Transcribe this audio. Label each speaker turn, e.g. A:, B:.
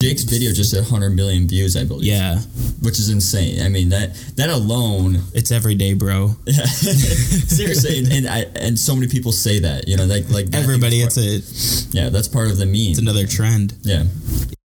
A: Jake's video just hit 100 million views, I believe.
B: Yeah,
A: Which is insane. I mean, that that alone.
B: it's every day, bro.
A: seriously. And, and, I, and so many people say that, you know, like, like that-
B: Everybody, it's a it's
A: Yeah, that's part of the meme.
B: another trend.
A: yeah.